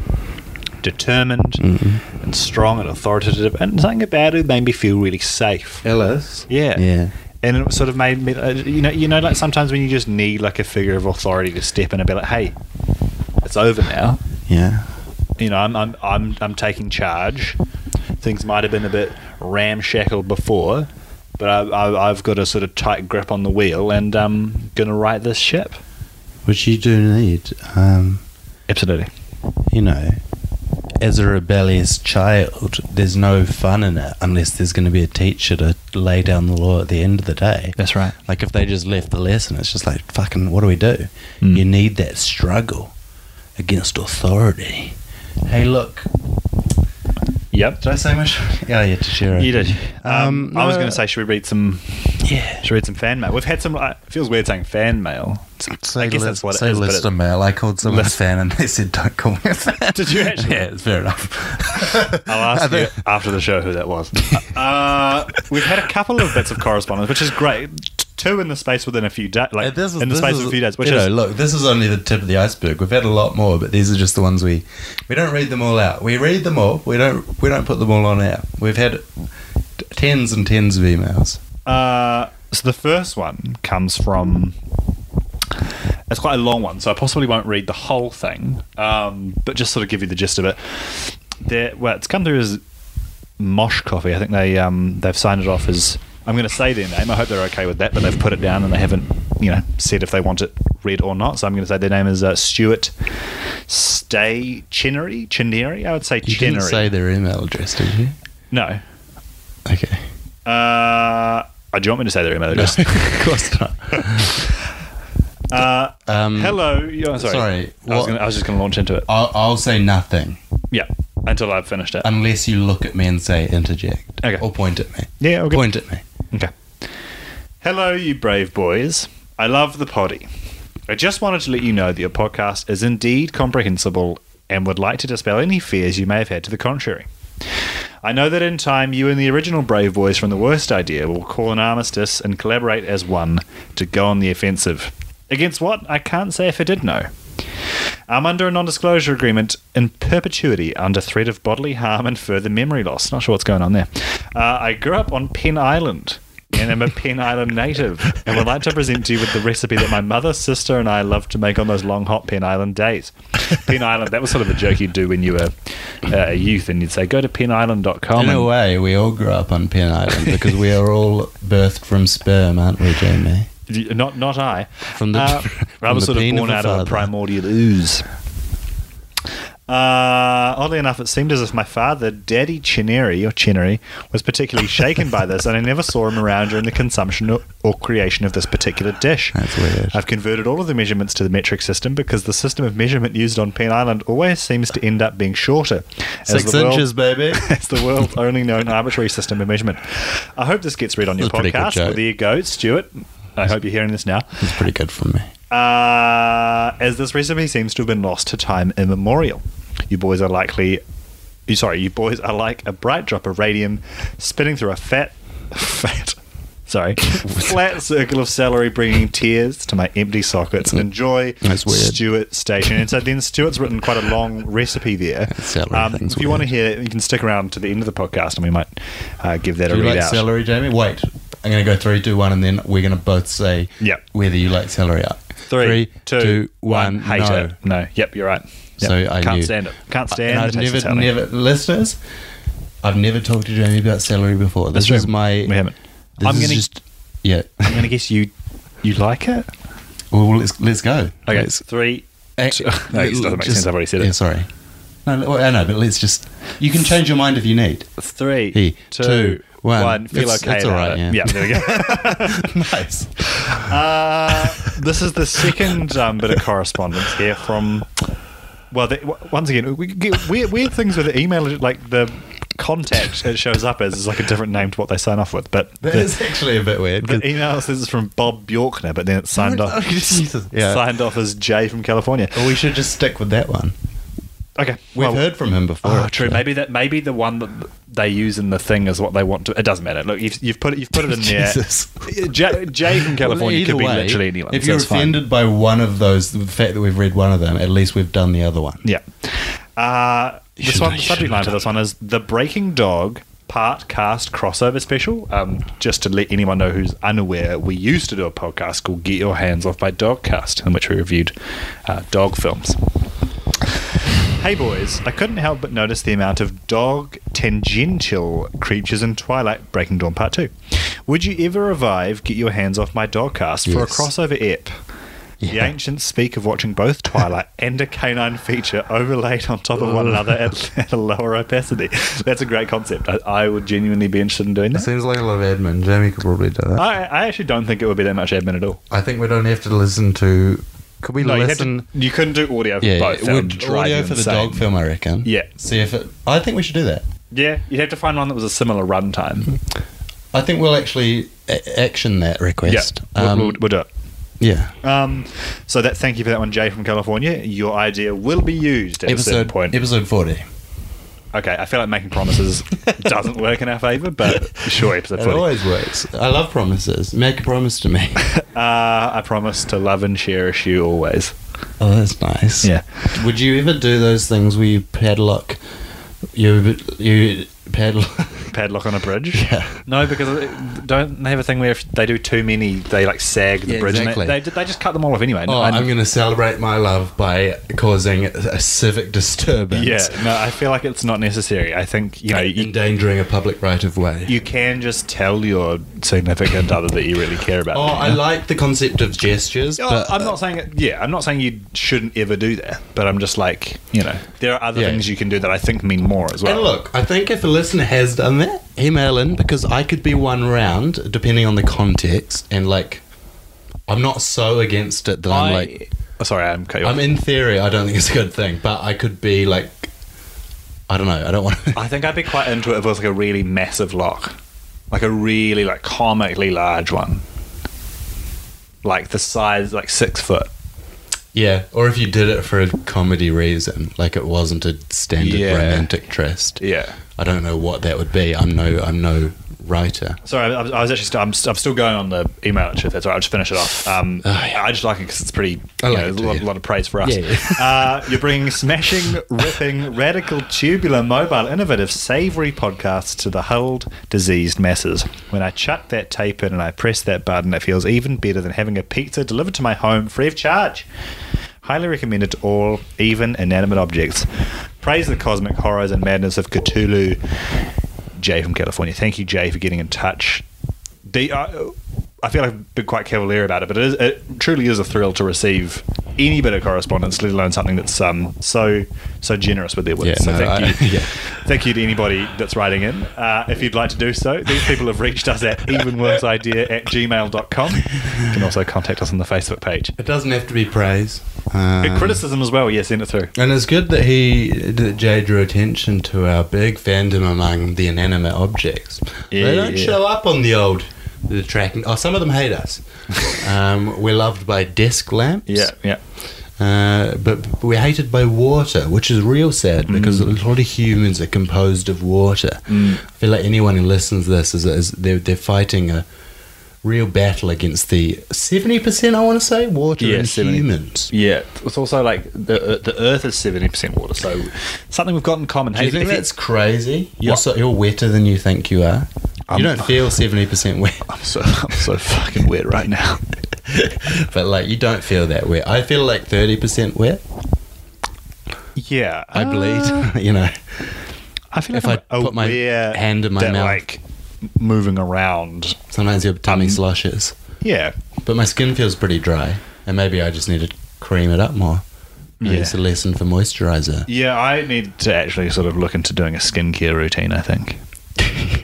[SPEAKER 1] determined and strong and authoritative, and something about it made me feel really safe.
[SPEAKER 2] Alice.
[SPEAKER 1] Yeah.
[SPEAKER 2] Yeah.
[SPEAKER 1] And it sort of made me, uh, you know, you know, like sometimes when you just need like a figure of authority to step in and be like, "Hey, it's over now."
[SPEAKER 2] Yeah.
[SPEAKER 1] you know, I'm, I'm, I'm, I'm taking charge. Things might have been a bit ramshackle before, but I, I, I've got a sort of tight grip on the wheel and um, going to right this ship.
[SPEAKER 2] Which you do need. Um,
[SPEAKER 1] Absolutely.
[SPEAKER 2] you know, as a rebellious child, there's no fun in it unless there's going to be a teacher to lay down the law at the end of the day.
[SPEAKER 1] That's right.
[SPEAKER 2] Like if they just left the lesson, it's just like fucking. What do we do?
[SPEAKER 1] Mm.
[SPEAKER 2] You need that struggle against authority. Hey, look.
[SPEAKER 1] Yep.
[SPEAKER 2] Did I say much? Yeah, yeah, to share. it.
[SPEAKER 1] You did. Um,
[SPEAKER 2] Um,
[SPEAKER 1] I was
[SPEAKER 2] no.
[SPEAKER 1] going to say, should we read some?
[SPEAKER 2] Yeah.
[SPEAKER 1] Should we read some fan mail? We've had some. uh, It feels weird saying fan mail. It's- I guess that's what it
[SPEAKER 2] say
[SPEAKER 1] is. but
[SPEAKER 2] list
[SPEAKER 1] it-
[SPEAKER 2] a mail. I called someone
[SPEAKER 1] List-
[SPEAKER 2] a fan, and they said, "Don't call me a fan."
[SPEAKER 1] Did you actually?
[SPEAKER 2] Yeah, it's fair enough.
[SPEAKER 1] I'll
[SPEAKER 2] I
[SPEAKER 1] ask you
[SPEAKER 2] think-
[SPEAKER 1] after the show who that was. Uh, we've had a couple of bits of correspondence, which is great. T- Two in the space within a few days, like
[SPEAKER 2] Uh, this is-
[SPEAKER 1] in the
[SPEAKER 2] this
[SPEAKER 1] space
[SPEAKER 2] is-
[SPEAKER 1] of a few days, which
[SPEAKER 2] you
[SPEAKER 1] is
[SPEAKER 2] know, look, this is only the tip of the iceberg. We've had a lot more, but these are just the ones we we don't read them all out. We read them all. We don't we don't put them all on air. We've had t- tens and tens of emails.
[SPEAKER 1] Uh, so the first one comes from. It's quite a long one, so I possibly won't read the whole thing, um, but just sort of give you the gist of it. There, well, it's come through as Mosh Coffee. I think they um, they've signed it off as. I'm going to say their name. I hope they're okay with that, but they've put it down and they haven't, you know, said if they want it read or not. So I'm going to say their name is uh, Stuart Stay Chinery. Chinery, I would say
[SPEAKER 2] You
[SPEAKER 1] Chinery.
[SPEAKER 2] didn't say their email address, did you?
[SPEAKER 1] no.
[SPEAKER 2] Okay.
[SPEAKER 1] Uh, oh, do you want me to say their email address?
[SPEAKER 2] of course not.
[SPEAKER 1] Uh,
[SPEAKER 2] Um,
[SPEAKER 1] Hello. yeah, sorry.
[SPEAKER 2] sorry,
[SPEAKER 1] I was,
[SPEAKER 2] what-
[SPEAKER 1] gonna, I was just going to launch into it.
[SPEAKER 2] I'll, I'll say nothing
[SPEAKER 1] Yeah. Until I've finished it.
[SPEAKER 2] unless you look at me and say interject
[SPEAKER 1] Okay.
[SPEAKER 2] or point at me.
[SPEAKER 1] yeah. Okay.
[SPEAKER 2] Point at me.
[SPEAKER 1] Okay. Hello, you brave boys. I love the potty. I just wanted to let you know that your podcast is indeed comprehensible and would like to dispel any fears you may have had to the contrary. I know that in time you and the original Brave Boys from the Worst Idea will call an armistice and collaborate as one to go on the offensive. Against what? I can't say if I did know. I'm under a non disclosure agreement in perpetuity under threat of bodily harm and further memory loss. Not sure what's going on there. Uh, I grew up on Penn Island and am a Penn Island native and would like to present to you with the recipe that my mother, sister, and I love to make on those long, hot Penn Island days. Penn Island, that was sort of a joke you'd do when you were uh, a youth and you'd say, go to pennisland.com.
[SPEAKER 2] In a
[SPEAKER 1] and-
[SPEAKER 2] way, we all grew up on Penn Island because we are all birthed from sperm, aren't we, Jamie?
[SPEAKER 1] Not not I.
[SPEAKER 2] From the-
[SPEAKER 1] uh, I
[SPEAKER 2] from
[SPEAKER 1] was
[SPEAKER 2] the
[SPEAKER 1] sort of
[SPEAKER 2] peen of
[SPEAKER 1] born
[SPEAKER 2] a
[SPEAKER 1] out of a
[SPEAKER 2] father.
[SPEAKER 1] primordial ooze. Uh, oddly enough, it seemed as if my father, Daddy Chinnery or Chinnery, was particularly shaken by this, and I never saw him around during the consumption or, or creation of this particular dish.
[SPEAKER 2] That's weird.
[SPEAKER 1] I've converted all of the measurements to the metric system because the system of measurement used on Penn Island always seems to end up being shorter. as
[SPEAKER 2] Six
[SPEAKER 1] the world-
[SPEAKER 2] inches, baby.
[SPEAKER 1] it's the world's only known arbitrary system of measurement. I hope this gets read on your
[SPEAKER 2] That's a pretty good
[SPEAKER 1] podcast.
[SPEAKER 2] joke.
[SPEAKER 1] Well, there you go, Stuart. I hope you're hearing this now.
[SPEAKER 3] It's pretty good for me.
[SPEAKER 1] Uh, as this recipe seems to have been lost to time immemorial. You boys are likely, you sorry, you boys are like a bright drop of radium spinning through a fat, fat, sorry, flat circle of celery, bringing tears to my empty sockets. Enjoy
[SPEAKER 3] That's weird.
[SPEAKER 1] Stuart Station. And so then Stuart's written quite a long recipe there. Um,
[SPEAKER 3] celery thing's
[SPEAKER 1] if you want to
[SPEAKER 3] weird.
[SPEAKER 1] hear it, you can stick around to the end of the podcast and we might uh, give that
[SPEAKER 2] Do
[SPEAKER 1] a
[SPEAKER 2] you
[SPEAKER 1] read
[SPEAKER 2] like
[SPEAKER 1] out.
[SPEAKER 2] celery, Jamie? Wait, I'm going to go three, two, one, and then we're going to both say
[SPEAKER 1] Yep.
[SPEAKER 2] whether you like celery or
[SPEAKER 1] Three, two, one. Hate
[SPEAKER 2] no.
[SPEAKER 1] it. No. Yep, you're right. Yep.
[SPEAKER 2] So I
[SPEAKER 1] can't
[SPEAKER 2] knew.
[SPEAKER 1] stand it. Can't
[SPEAKER 2] And
[SPEAKER 1] stand
[SPEAKER 2] I've
[SPEAKER 1] the taste of
[SPEAKER 2] never,
[SPEAKER 1] celery.
[SPEAKER 2] never, listeners, I've never talked to Jamie about celery before. This
[SPEAKER 1] That's
[SPEAKER 2] is
[SPEAKER 1] true.
[SPEAKER 2] my.
[SPEAKER 1] We haven't.
[SPEAKER 2] This
[SPEAKER 1] I'm
[SPEAKER 2] is
[SPEAKER 1] gonna-
[SPEAKER 2] just. Yeah.
[SPEAKER 1] I'm gonna guess you you like it.
[SPEAKER 2] Well, let's let's go.
[SPEAKER 1] Okay,
[SPEAKER 2] Let's-
[SPEAKER 1] three.
[SPEAKER 2] Act-
[SPEAKER 1] two- no, it doesn't make
[SPEAKER 2] just-
[SPEAKER 1] sense. I've already said
[SPEAKER 2] Eh, Yeah,
[SPEAKER 1] it.
[SPEAKER 2] sorry. No, le- well, I know, but let's just. You can change your mind if you need.
[SPEAKER 1] Three,
[SPEAKER 2] Hey,
[SPEAKER 1] two,
[SPEAKER 2] two,
[SPEAKER 1] one.
[SPEAKER 2] one.
[SPEAKER 1] Feel
[SPEAKER 2] It's-
[SPEAKER 1] okay
[SPEAKER 2] it's all
[SPEAKER 1] about
[SPEAKER 2] right,
[SPEAKER 1] it.
[SPEAKER 2] yeah.
[SPEAKER 1] there we go.
[SPEAKER 2] nice.
[SPEAKER 1] Uh, this is the second um, bit of correspondence here from. Well, the, w- once again, we get weird, weird things with the email, like the contact it shows up as is like a different name to what they sign off with. But
[SPEAKER 2] That
[SPEAKER 1] the,
[SPEAKER 2] is actually a bit weird. 'cause-
[SPEAKER 1] the email says it's from Bob Bjorkner, but then it's signed off.
[SPEAKER 2] Oh, Jesus. Yeah.
[SPEAKER 1] Signed off as Jay from California.
[SPEAKER 2] Well, we should just stick with that one.
[SPEAKER 1] Okay,
[SPEAKER 2] We've
[SPEAKER 1] well-
[SPEAKER 2] heard from him before.
[SPEAKER 1] Oh, true.
[SPEAKER 2] actually.
[SPEAKER 1] Maybe that. Maybe the one that they use in the thing is what they want to. It doesn't matter. Look, you've, you've put it. You've put it in there.
[SPEAKER 2] Jesus.
[SPEAKER 1] Jay, Jay from California
[SPEAKER 2] Well,
[SPEAKER 1] could
[SPEAKER 2] either
[SPEAKER 1] be
[SPEAKER 2] way,
[SPEAKER 1] literally anyone.
[SPEAKER 2] If
[SPEAKER 1] so
[SPEAKER 2] you're
[SPEAKER 1] it's fine.
[SPEAKER 2] offended by one of those, the fact that we've read one of them, at least we've done the other one.
[SPEAKER 1] yeah. Uh, this
[SPEAKER 2] should-
[SPEAKER 1] one,
[SPEAKER 2] you
[SPEAKER 1] the
[SPEAKER 2] should
[SPEAKER 1] subject
[SPEAKER 2] have
[SPEAKER 1] line for this one is the Breaking Dog part cast crossover special. Um, just to let anyone know who's unaware, we used to do a podcast called Get Your Hands Off by Dogcast, in which we reviewed uh, dog films. Hey boys, I couldn't help but notice the amount of dog tangential creatures in Twilight Breaking Dawn Part 2. Would you ever revive Get Your Hands Off My Dogcast for a
[SPEAKER 2] Yes.
[SPEAKER 1] crossover ep? The ancients speak of watching both Twilight and a canine feature overlaid on top of one another at, at a lower opacity. That's a great concept. I, I would genuinely be interested in doing that.
[SPEAKER 3] Seems like a lot of admin. Jamie could probably do that.
[SPEAKER 1] I, I actually don't think it would be that much admin at all.
[SPEAKER 3] I think we don't have to listen to. Could we
[SPEAKER 1] No, you, had
[SPEAKER 3] listen?
[SPEAKER 1] to, you couldn't do audio for
[SPEAKER 2] Yeah,
[SPEAKER 1] both.
[SPEAKER 2] yeah.
[SPEAKER 1] That would
[SPEAKER 2] Would
[SPEAKER 1] drive
[SPEAKER 2] audio
[SPEAKER 1] you
[SPEAKER 2] for the
[SPEAKER 1] insane.
[SPEAKER 2] dog film, I reckon.
[SPEAKER 1] Yeah.
[SPEAKER 2] See if it. I think we should do that.
[SPEAKER 1] Yeah, you'd have to find one that was a similar runtime.
[SPEAKER 2] I think we'll actually a- action that request.
[SPEAKER 1] Yeah, we'll,
[SPEAKER 2] Um,
[SPEAKER 1] we'll, we'll do it.
[SPEAKER 2] yeah.
[SPEAKER 1] Um, so that thank you for that one, Jay from California. Your idea will be used at a certain
[SPEAKER 2] Episode
[SPEAKER 1] point.
[SPEAKER 2] episode forty.
[SPEAKER 1] okay, I feel like making promises doesn't work in our favour, but sure, episode
[SPEAKER 2] It
[SPEAKER 1] forty.
[SPEAKER 2] always works. I love promises. Make a promise to me.
[SPEAKER 1] Uh, I promise to love and cherish you always.
[SPEAKER 2] oh, that's nice.
[SPEAKER 1] Yeah.
[SPEAKER 2] Would you ever do those things where you padlock? You you padlock.
[SPEAKER 1] Padlock on a bridge.
[SPEAKER 2] Yeah.
[SPEAKER 1] No, because it- don't they have a thing where if they do too many, they like sag the
[SPEAKER 2] Yeah,
[SPEAKER 1] bridge.
[SPEAKER 2] exactly.
[SPEAKER 1] And they, they, they just cut them all off anyway.
[SPEAKER 2] Oh,
[SPEAKER 1] And-
[SPEAKER 2] I'm going to celebrate my love by causing a civic disturbance.
[SPEAKER 1] yeah. No, I feel like it's not necessary. I think you know you,
[SPEAKER 2] endangering a public right of way.
[SPEAKER 1] you can just tell your significant other that you really care about.
[SPEAKER 2] oh,
[SPEAKER 1] them,
[SPEAKER 2] I like the concept of gestures.
[SPEAKER 1] Oh,
[SPEAKER 2] but,
[SPEAKER 1] I'm not saying it. Yeah, I'm not saying you shouldn't ever do that. But I'm just like, you know, there are other
[SPEAKER 2] Yeah.
[SPEAKER 1] things you can do that I think mean more as well.
[SPEAKER 2] And look, I think if a listener has done that, email in because I could be one round depending on the context and like. I'm not so against it that
[SPEAKER 1] I,
[SPEAKER 2] I'm like.
[SPEAKER 1] Oh, sorry, I'm cut you off.
[SPEAKER 2] I'm in theory. I don't think it's a good thing, but I could be like. I don't know. I don't want to.
[SPEAKER 1] I think I'd be quite into it if it was like a really massive lock, like a really like comically large one, like the size like six foot.
[SPEAKER 2] Yeah, or if you did it for a comedy reason, like it wasn't a standard
[SPEAKER 1] Yeah.
[SPEAKER 2] romantic tryst.
[SPEAKER 1] Yeah.
[SPEAKER 2] I don't know what that would be. I'm no, I'm no writer.
[SPEAKER 1] Sorry, I, I was actually st- I'm, st- I'm still going on the email actually. If that's all right, I'll just finish it off. Um,
[SPEAKER 2] Oh, yeah.
[SPEAKER 1] I just like it because it's pretty.
[SPEAKER 2] I
[SPEAKER 1] you
[SPEAKER 2] like
[SPEAKER 1] know,
[SPEAKER 2] it
[SPEAKER 1] a
[SPEAKER 2] too,
[SPEAKER 1] lot,
[SPEAKER 2] yeah.
[SPEAKER 1] lot of praise for us.
[SPEAKER 2] Yeah, yeah.
[SPEAKER 1] uh, you're bringing smashing, ripping, radical, tubular, mobile, innovative, savoury podcasts to the hulled, diseased masses. When I chuck that tape in and I press that button, it feels even better than having a pizza delivered to my home free of charge. Highly recommended to all, even inanimate objects. Praise the cosmic horrors and madness of Cthulhu. Jay from California. Thank you, Jay, for getting in touch. The, uh, I feel like I've been quite cavalier about it, but it, is, it truly is a thrill to receive any bit of correspondence, let alone something that's um, so so generous with their words.
[SPEAKER 2] Yeah,
[SPEAKER 1] so
[SPEAKER 2] no,
[SPEAKER 1] thank
[SPEAKER 2] I-
[SPEAKER 1] you,
[SPEAKER 2] yeah.
[SPEAKER 1] thank you to anybody that's writing in. Uh, if you'd like to do so, these people have reached us at evenworsidea at gmail.com. You can also contact us on the Facebook page.
[SPEAKER 2] It doesn't have to be praise.
[SPEAKER 1] Uh, criticism as well, yeah, send it through.
[SPEAKER 2] And it's good that he, that Jay drew attention to our big fandom among the inanimate objects.
[SPEAKER 1] Yeah,
[SPEAKER 2] they don't
[SPEAKER 1] yeah.
[SPEAKER 2] show up on the old the tracking. Oh, some of them hate us. um, we're loved by desk lamps.
[SPEAKER 1] Yeah, yeah.
[SPEAKER 2] Uh, but we're hated by water, which is real sad
[SPEAKER 1] Mm.
[SPEAKER 2] because a lot of humans are composed of water.
[SPEAKER 1] Mm.
[SPEAKER 2] I feel like anyone who listens to this is, is they're, they're fighting a real battle against the seventy percent. I want to say water
[SPEAKER 1] Yeah,
[SPEAKER 2] and
[SPEAKER 1] 70.
[SPEAKER 2] humans.
[SPEAKER 1] Yeah, it's also like the the Earth is seventy percent water, so something we've got in common.
[SPEAKER 2] Do you think
[SPEAKER 1] if you-
[SPEAKER 2] that's crazy?
[SPEAKER 1] Yeah.
[SPEAKER 2] You're, so, you're wetter than you think you are.
[SPEAKER 1] I'm-
[SPEAKER 2] you don't feel seventy percent wet,
[SPEAKER 1] I'm so I'm so fucking weird right now.
[SPEAKER 2] but like you don't feel that wet. I feel like thirty percent wet.
[SPEAKER 1] Yeah,
[SPEAKER 2] I
[SPEAKER 1] uh,
[SPEAKER 2] bleed. you know.
[SPEAKER 1] I feel like
[SPEAKER 2] If
[SPEAKER 1] I'm
[SPEAKER 2] I put my
[SPEAKER 1] aware
[SPEAKER 2] hand in my
[SPEAKER 1] that,
[SPEAKER 2] mouth.
[SPEAKER 1] like moving around.
[SPEAKER 2] Sometimes your tummy sloshes.
[SPEAKER 1] Yeah,
[SPEAKER 2] But my skin feels pretty dry, and maybe I just need to cream it up more. Maybe
[SPEAKER 1] Yeah.
[SPEAKER 2] It's a lesson for moisturizer.
[SPEAKER 1] yeah. I need to actually sort of look into doing a skincare routine. I think.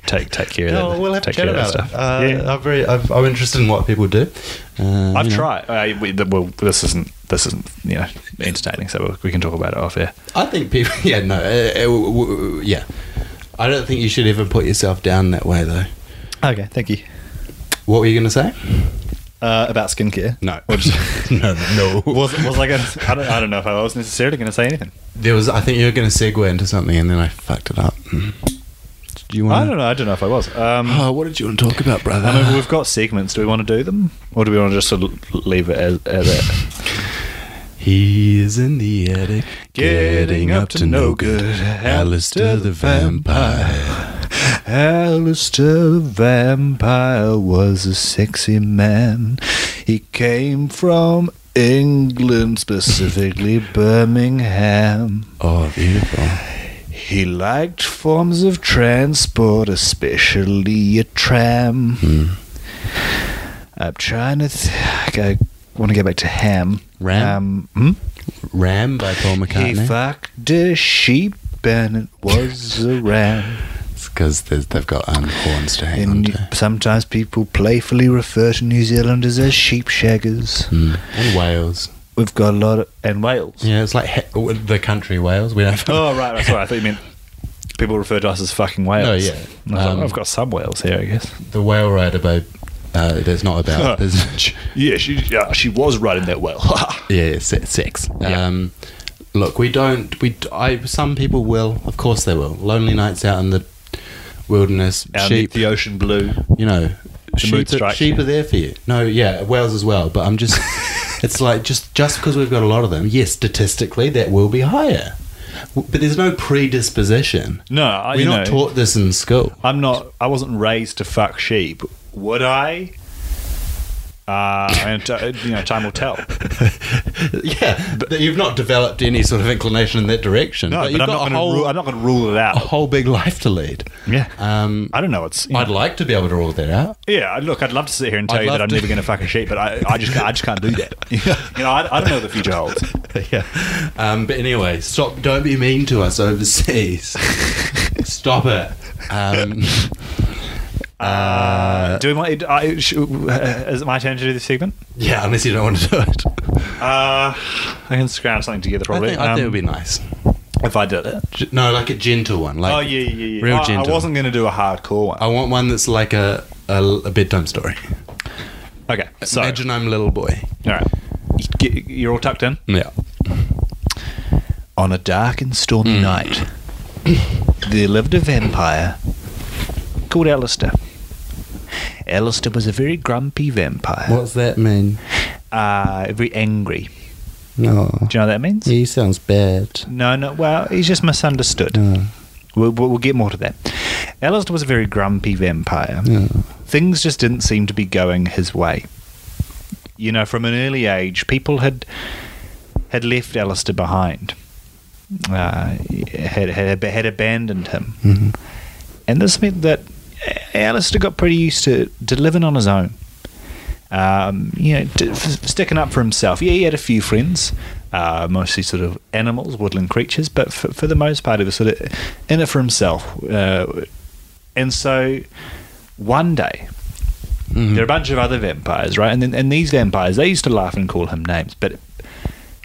[SPEAKER 1] take take care of that. take care of that stuff. yeah.
[SPEAKER 2] Uh, I'm very, I've, I'm interested in what people do. Uh,
[SPEAKER 1] I've
[SPEAKER 2] you know.
[SPEAKER 1] tried. I, we, the, well, this isn't this isn't you know entertaining, so we- we can talk about it off air.
[SPEAKER 2] I think people. Yeah, no, uh, uh, w- w- w- yeah. I don't think you should ever put yourself down that way, though.
[SPEAKER 1] Okay, thank you.
[SPEAKER 2] What were you going to say?
[SPEAKER 1] Uh, about skincare?
[SPEAKER 2] No.
[SPEAKER 1] Or just-
[SPEAKER 2] no, no.
[SPEAKER 1] was was I gonna? I don't, I don't know if I was necessarily gonna say anything.
[SPEAKER 2] There was. I think you were going to segue into something, and then I fucked it up. Hmm. Do you
[SPEAKER 1] I
[SPEAKER 2] want?
[SPEAKER 1] don't know. I don't know if I was. Um,
[SPEAKER 2] Oh, what did you want to talk about, brother?
[SPEAKER 1] I mean, we've got segments. Do we want to do them, or do we want to just sort of leave it as, as that?
[SPEAKER 2] He's in the attic, getting up to no good. Alistair the vampire.
[SPEAKER 1] Alistair the vampire was a sexy man. He came from England, specifically Birmingham.
[SPEAKER 2] Oh, beautiful.
[SPEAKER 1] He liked forms of transport, especially a tram.
[SPEAKER 2] Hmm.
[SPEAKER 1] I'm trying to. Th- I want to go back to ham.
[SPEAKER 2] Ram?
[SPEAKER 1] Um, hmm?
[SPEAKER 2] Ram by Paul
[SPEAKER 1] He
[SPEAKER 2] McCartney.
[SPEAKER 1] fucked a sheep and it was a ram.
[SPEAKER 2] Because they've got um, horns to hang on
[SPEAKER 1] And
[SPEAKER 2] to.
[SPEAKER 1] sometimes people playfully refer to New Zealanders as sheep shaggers.
[SPEAKER 2] Mm. And Wales.
[SPEAKER 1] We've got a lot of. And whales.
[SPEAKER 2] Yeah, it's like he- w- the country Wales. We don't.
[SPEAKER 1] Oh, right, right. Sorry, I thought you meant people refer to us as fucking whales.
[SPEAKER 2] No,
[SPEAKER 1] I
[SPEAKER 2] yeah.
[SPEAKER 1] was like,
[SPEAKER 2] Um,
[SPEAKER 1] I've got some whales here, I guess.
[SPEAKER 2] the Whale Rider by. Uh, there's not about. There's,
[SPEAKER 1] Yeah, she yeah, she was riding that whale.
[SPEAKER 2] yeah, yeah, se- sex.
[SPEAKER 1] Yeah.
[SPEAKER 2] Um, look, we don't. We d- I. Some people will. Of course they will. Lonely nights out in the wilderness.
[SPEAKER 1] Out in
[SPEAKER 2] sheep.
[SPEAKER 1] the ocean blue.
[SPEAKER 2] you know,
[SPEAKER 1] mood
[SPEAKER 2] sheep, are,
[SPEAKER 1] strikes
[SPEAKER 2] sheep
[SPEAKER 1] you.
[SPEAKER 2] are there for you. No, yeah, whales as well. But I'm just, it's like just just because we've got a lot of them, yes, statistically that will be higher. W- But there's no predisposition.
[SPEAKER 1] No, I,
[SPEAKER 2] We're
[SPEAKER 1] you
[SPEAKER 2] not
[SPEAKER 1] know,
[SPEAKER 2] taught this in school.
[SPEAKER 1] I'm not. I wasn't raised to fuck sheep. Would I? Uh, and uh, you know, time will tell.
[SPEAKER 2] yeah, but you've not developed any sort of inclination in that direction.
[SPEAKER 1] No,
[SPEAKER 2] but,
[SPEAKER 1] but,
[SPEAKER 2] you've
[SPEAKER 1] I'm,
[SPEAKER 2] got
[SPEAKER 1] not
[SPEAKER 2] a
[SPEAKER 1] gonna
[SPEAKER 2] whole,
[SPEAKER 1] rule, I'm not going to rule it
[SPEAKER 2] a
[SPEAKER 1] out.
[SPEAKER 2] whole big life to lead.
[SPEAKER 1] Yeah,
[SPEAKER 2] Um,
[SPEAKER 1] I don't know. It's you
[SPEAKER 2] I'd
[SPEAKER 1] know,
[SPEAKER 2] like to be able to rule that out.
[SPEAKER 1] yeah. Look, I'd love to sit here and tell
[SPEAKER 2] I'd
[SPEAKER 1] you that
[SPEAKER 2] love
[SPEAKER 1] I'm
[SPEAKER 2] to-
[SPEAKER 1] never going to fuck a sheep, but I, I just, I just can't do that. you know, I, I don't know what the future holds.
[SPEAKER 2] yeah. Um, but anyway, stop. Don't be mean to us overseas. stop it. Um,
[SPEAKER 1] Uh, do we want? I, sh- is it my turn to do this segment?
[SPEAKER 2] yeah, unless you don't want to do it.
[SPEAKER 1] Uh, I can scrounge something together.
[SPEAKER 2] I
[SPEAKER 1] Probably.
[SPEAKER 2] think, I think it
[SPEAKER 1] Um,
[SPEAKER 2] would be nice.
[SPEAKER 1] if I did it.
[SPEAKER 2] G- No, like a gentle one. Like
[SPEAKER 1] Oh yeah, yeah, yeah.
[SPEAKER 2] Real
[SPEAKER 1] I, I
[SPEAKER 2] gentle.
[SPEAKER 1] wasn't going to do a hardcore one.
[SPEAKER 2] I want one that's like a, a, a bedtime story.
[SPEAKER 1] Okay, so
[SPEAKER 2] Oh, Imagine I'm a little boy.
[SPEAKER 1] all right, You get- you're all tucked in.
[SPEAKER 2] Yeah.
[SPEAKER 1] On a dark and stormy night, there lived a vampire called Alistair. Alistair was a very grumpy vampire,
[SPEAKER 4] What's that mean?
[SPEAKER 1] Uh, very angry.
[SPEAKER 4] No.
[SPEAKER 1] Do you know what that means?
[SPEAKER 4] He sounds bad.
[SPEAKER 1] No, no. Well, he's just misunderstood.
[SPEAKER 4] No.
[SPEAKER 1] We'll, we'll we'll get more to that. Alistair was a very grumpy vampire.
[SPEAKER 4] Yeah.
[SPEAKER 1] Things just didn't seem to be going his way. You know, from an early age, people had had left Alistair behind, uh, had, had had abandoned him,
[SPEAKER 2] Mm-hmm.
[SPEAKER 1] and this meant that Alistair got pretty used to, to living on his own. Um, you know, d f sticking up for himself. Yeah, he had a few friends, uh, mostly sort of animals, woodland creatures, but for, for the most part, he was sort of in it for himself. Uh, and so one day,
[SPEAKER 2] Mm-hmm.
[SPEAKER 1] there are a bunch of other vampires, right? And then, and these vampires, they used to laugh and call him names, but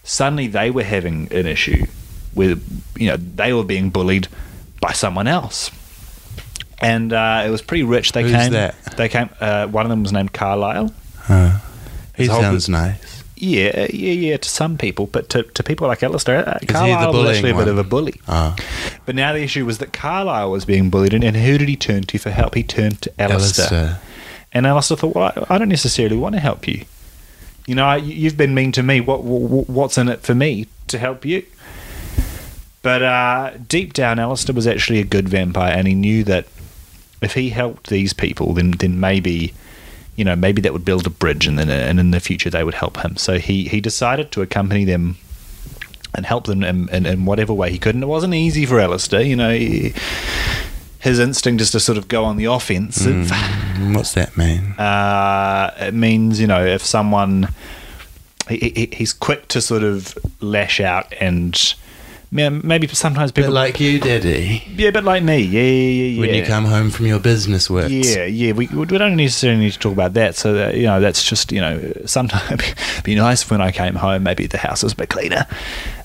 [SPEAKER 1] suddenly they were having an issue with, you know, they were being bullied by someone else. and uh, it was pretty rich. They
[SPEAKER 2] Who's
[SPEAKER 1] came.
[SPEAKER 2] that?
[SPEAKER 1] They came. Uh, one of them was named Carlisle.
[SPEAKER 2] Huh. Uh, He
[SPEAKER 1] His whole-
[SPEAKER 2] sounds nice.
[SPEAKER 1] Yeah, yeah, yeah. To some people, but to, to people like Alistair, uh,
[SPEAKER 2] the
[SPEAKER 1] Carlisle was
[SPEAKER 2] bullying
[SPEAKER 1] actually a bit
[SPEAKER 2] one?
[SPEAKER 1] of a bully.
[SPEAKER 2] Ah,
[SPEAKER 1] But now the issue was that Carlisle was being bullied, and, and who did he turn to for help? He turned to Alistair.
[SPEAKER 2] Alistair.
[SPEAKER 1] And Alistair thought, well, I, I don't necessarily want to help you. You know, I, you've been mean to me. What, what What's in it for me to help you? But uh, deep down, Alistair was actually a good vampire, and he knew that if he helped these people, then then maybe, you know, maybe that would build a bridge, and then and in the future they would help him. So he he decided to accompany them and help them in, in, in whatever way he could. And it wasn't easy for Alistair, you know. He, his instinct is to sort of go on the offensive.
[SPEAKER 2] uh, What's that mean?
[SPEAKER 1] Uh, it means you know if someone he, he, he's quick to sort of lash out and yeah, maybe sometimes
[SPEAKER 2] But
[SPEAKER 1] people
[SPEAKER 2] like you, Daddy,
[SPEAKER 1] yeah, a bit like me, yeah, yeah, yeah.
[SPEAKER 2] when
[SPEAKER 1] yeah.
[SPEAKER 2] you come home from your business works.
[SPEAKER 1] Yeah, yeah. We, we don't necessarily need to talk about that. So that, you know, that's just you know, sometimes it'd be nice if when I came home, maybe the house was a bit cleaner.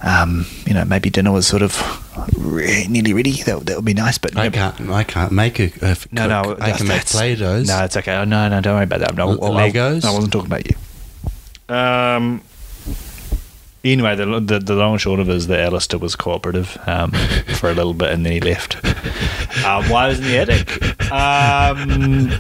[SPEAKER 1] Um, you know, maybe dinner was sort of re- nearly ready. That, that would be nice. But
[SPEAKER 2] I can't. I can't make a. a f-
[SPEAKER 1] No, no.
[SPEAKER 2] cook. I
[SPEAKER 1] that's-
[SPEAKER 2] can make
[SPEAKER 1] that's-
[SPEAKER 2] play-dohs.
[SPEAKER 1] No, it's okay. Oh, No, no, don't worry about that. No,
[SPEAKER 2] L-
[SPEAKER 1] well, I-
[SPEAKER 2] Legos?
[SPEAKER 1] I wasn't talking about you. Um. Anyway, the, the the long and short of it is that Alistair was cooperative um, for a little bit and then he left. Um, why was in the attic? Um,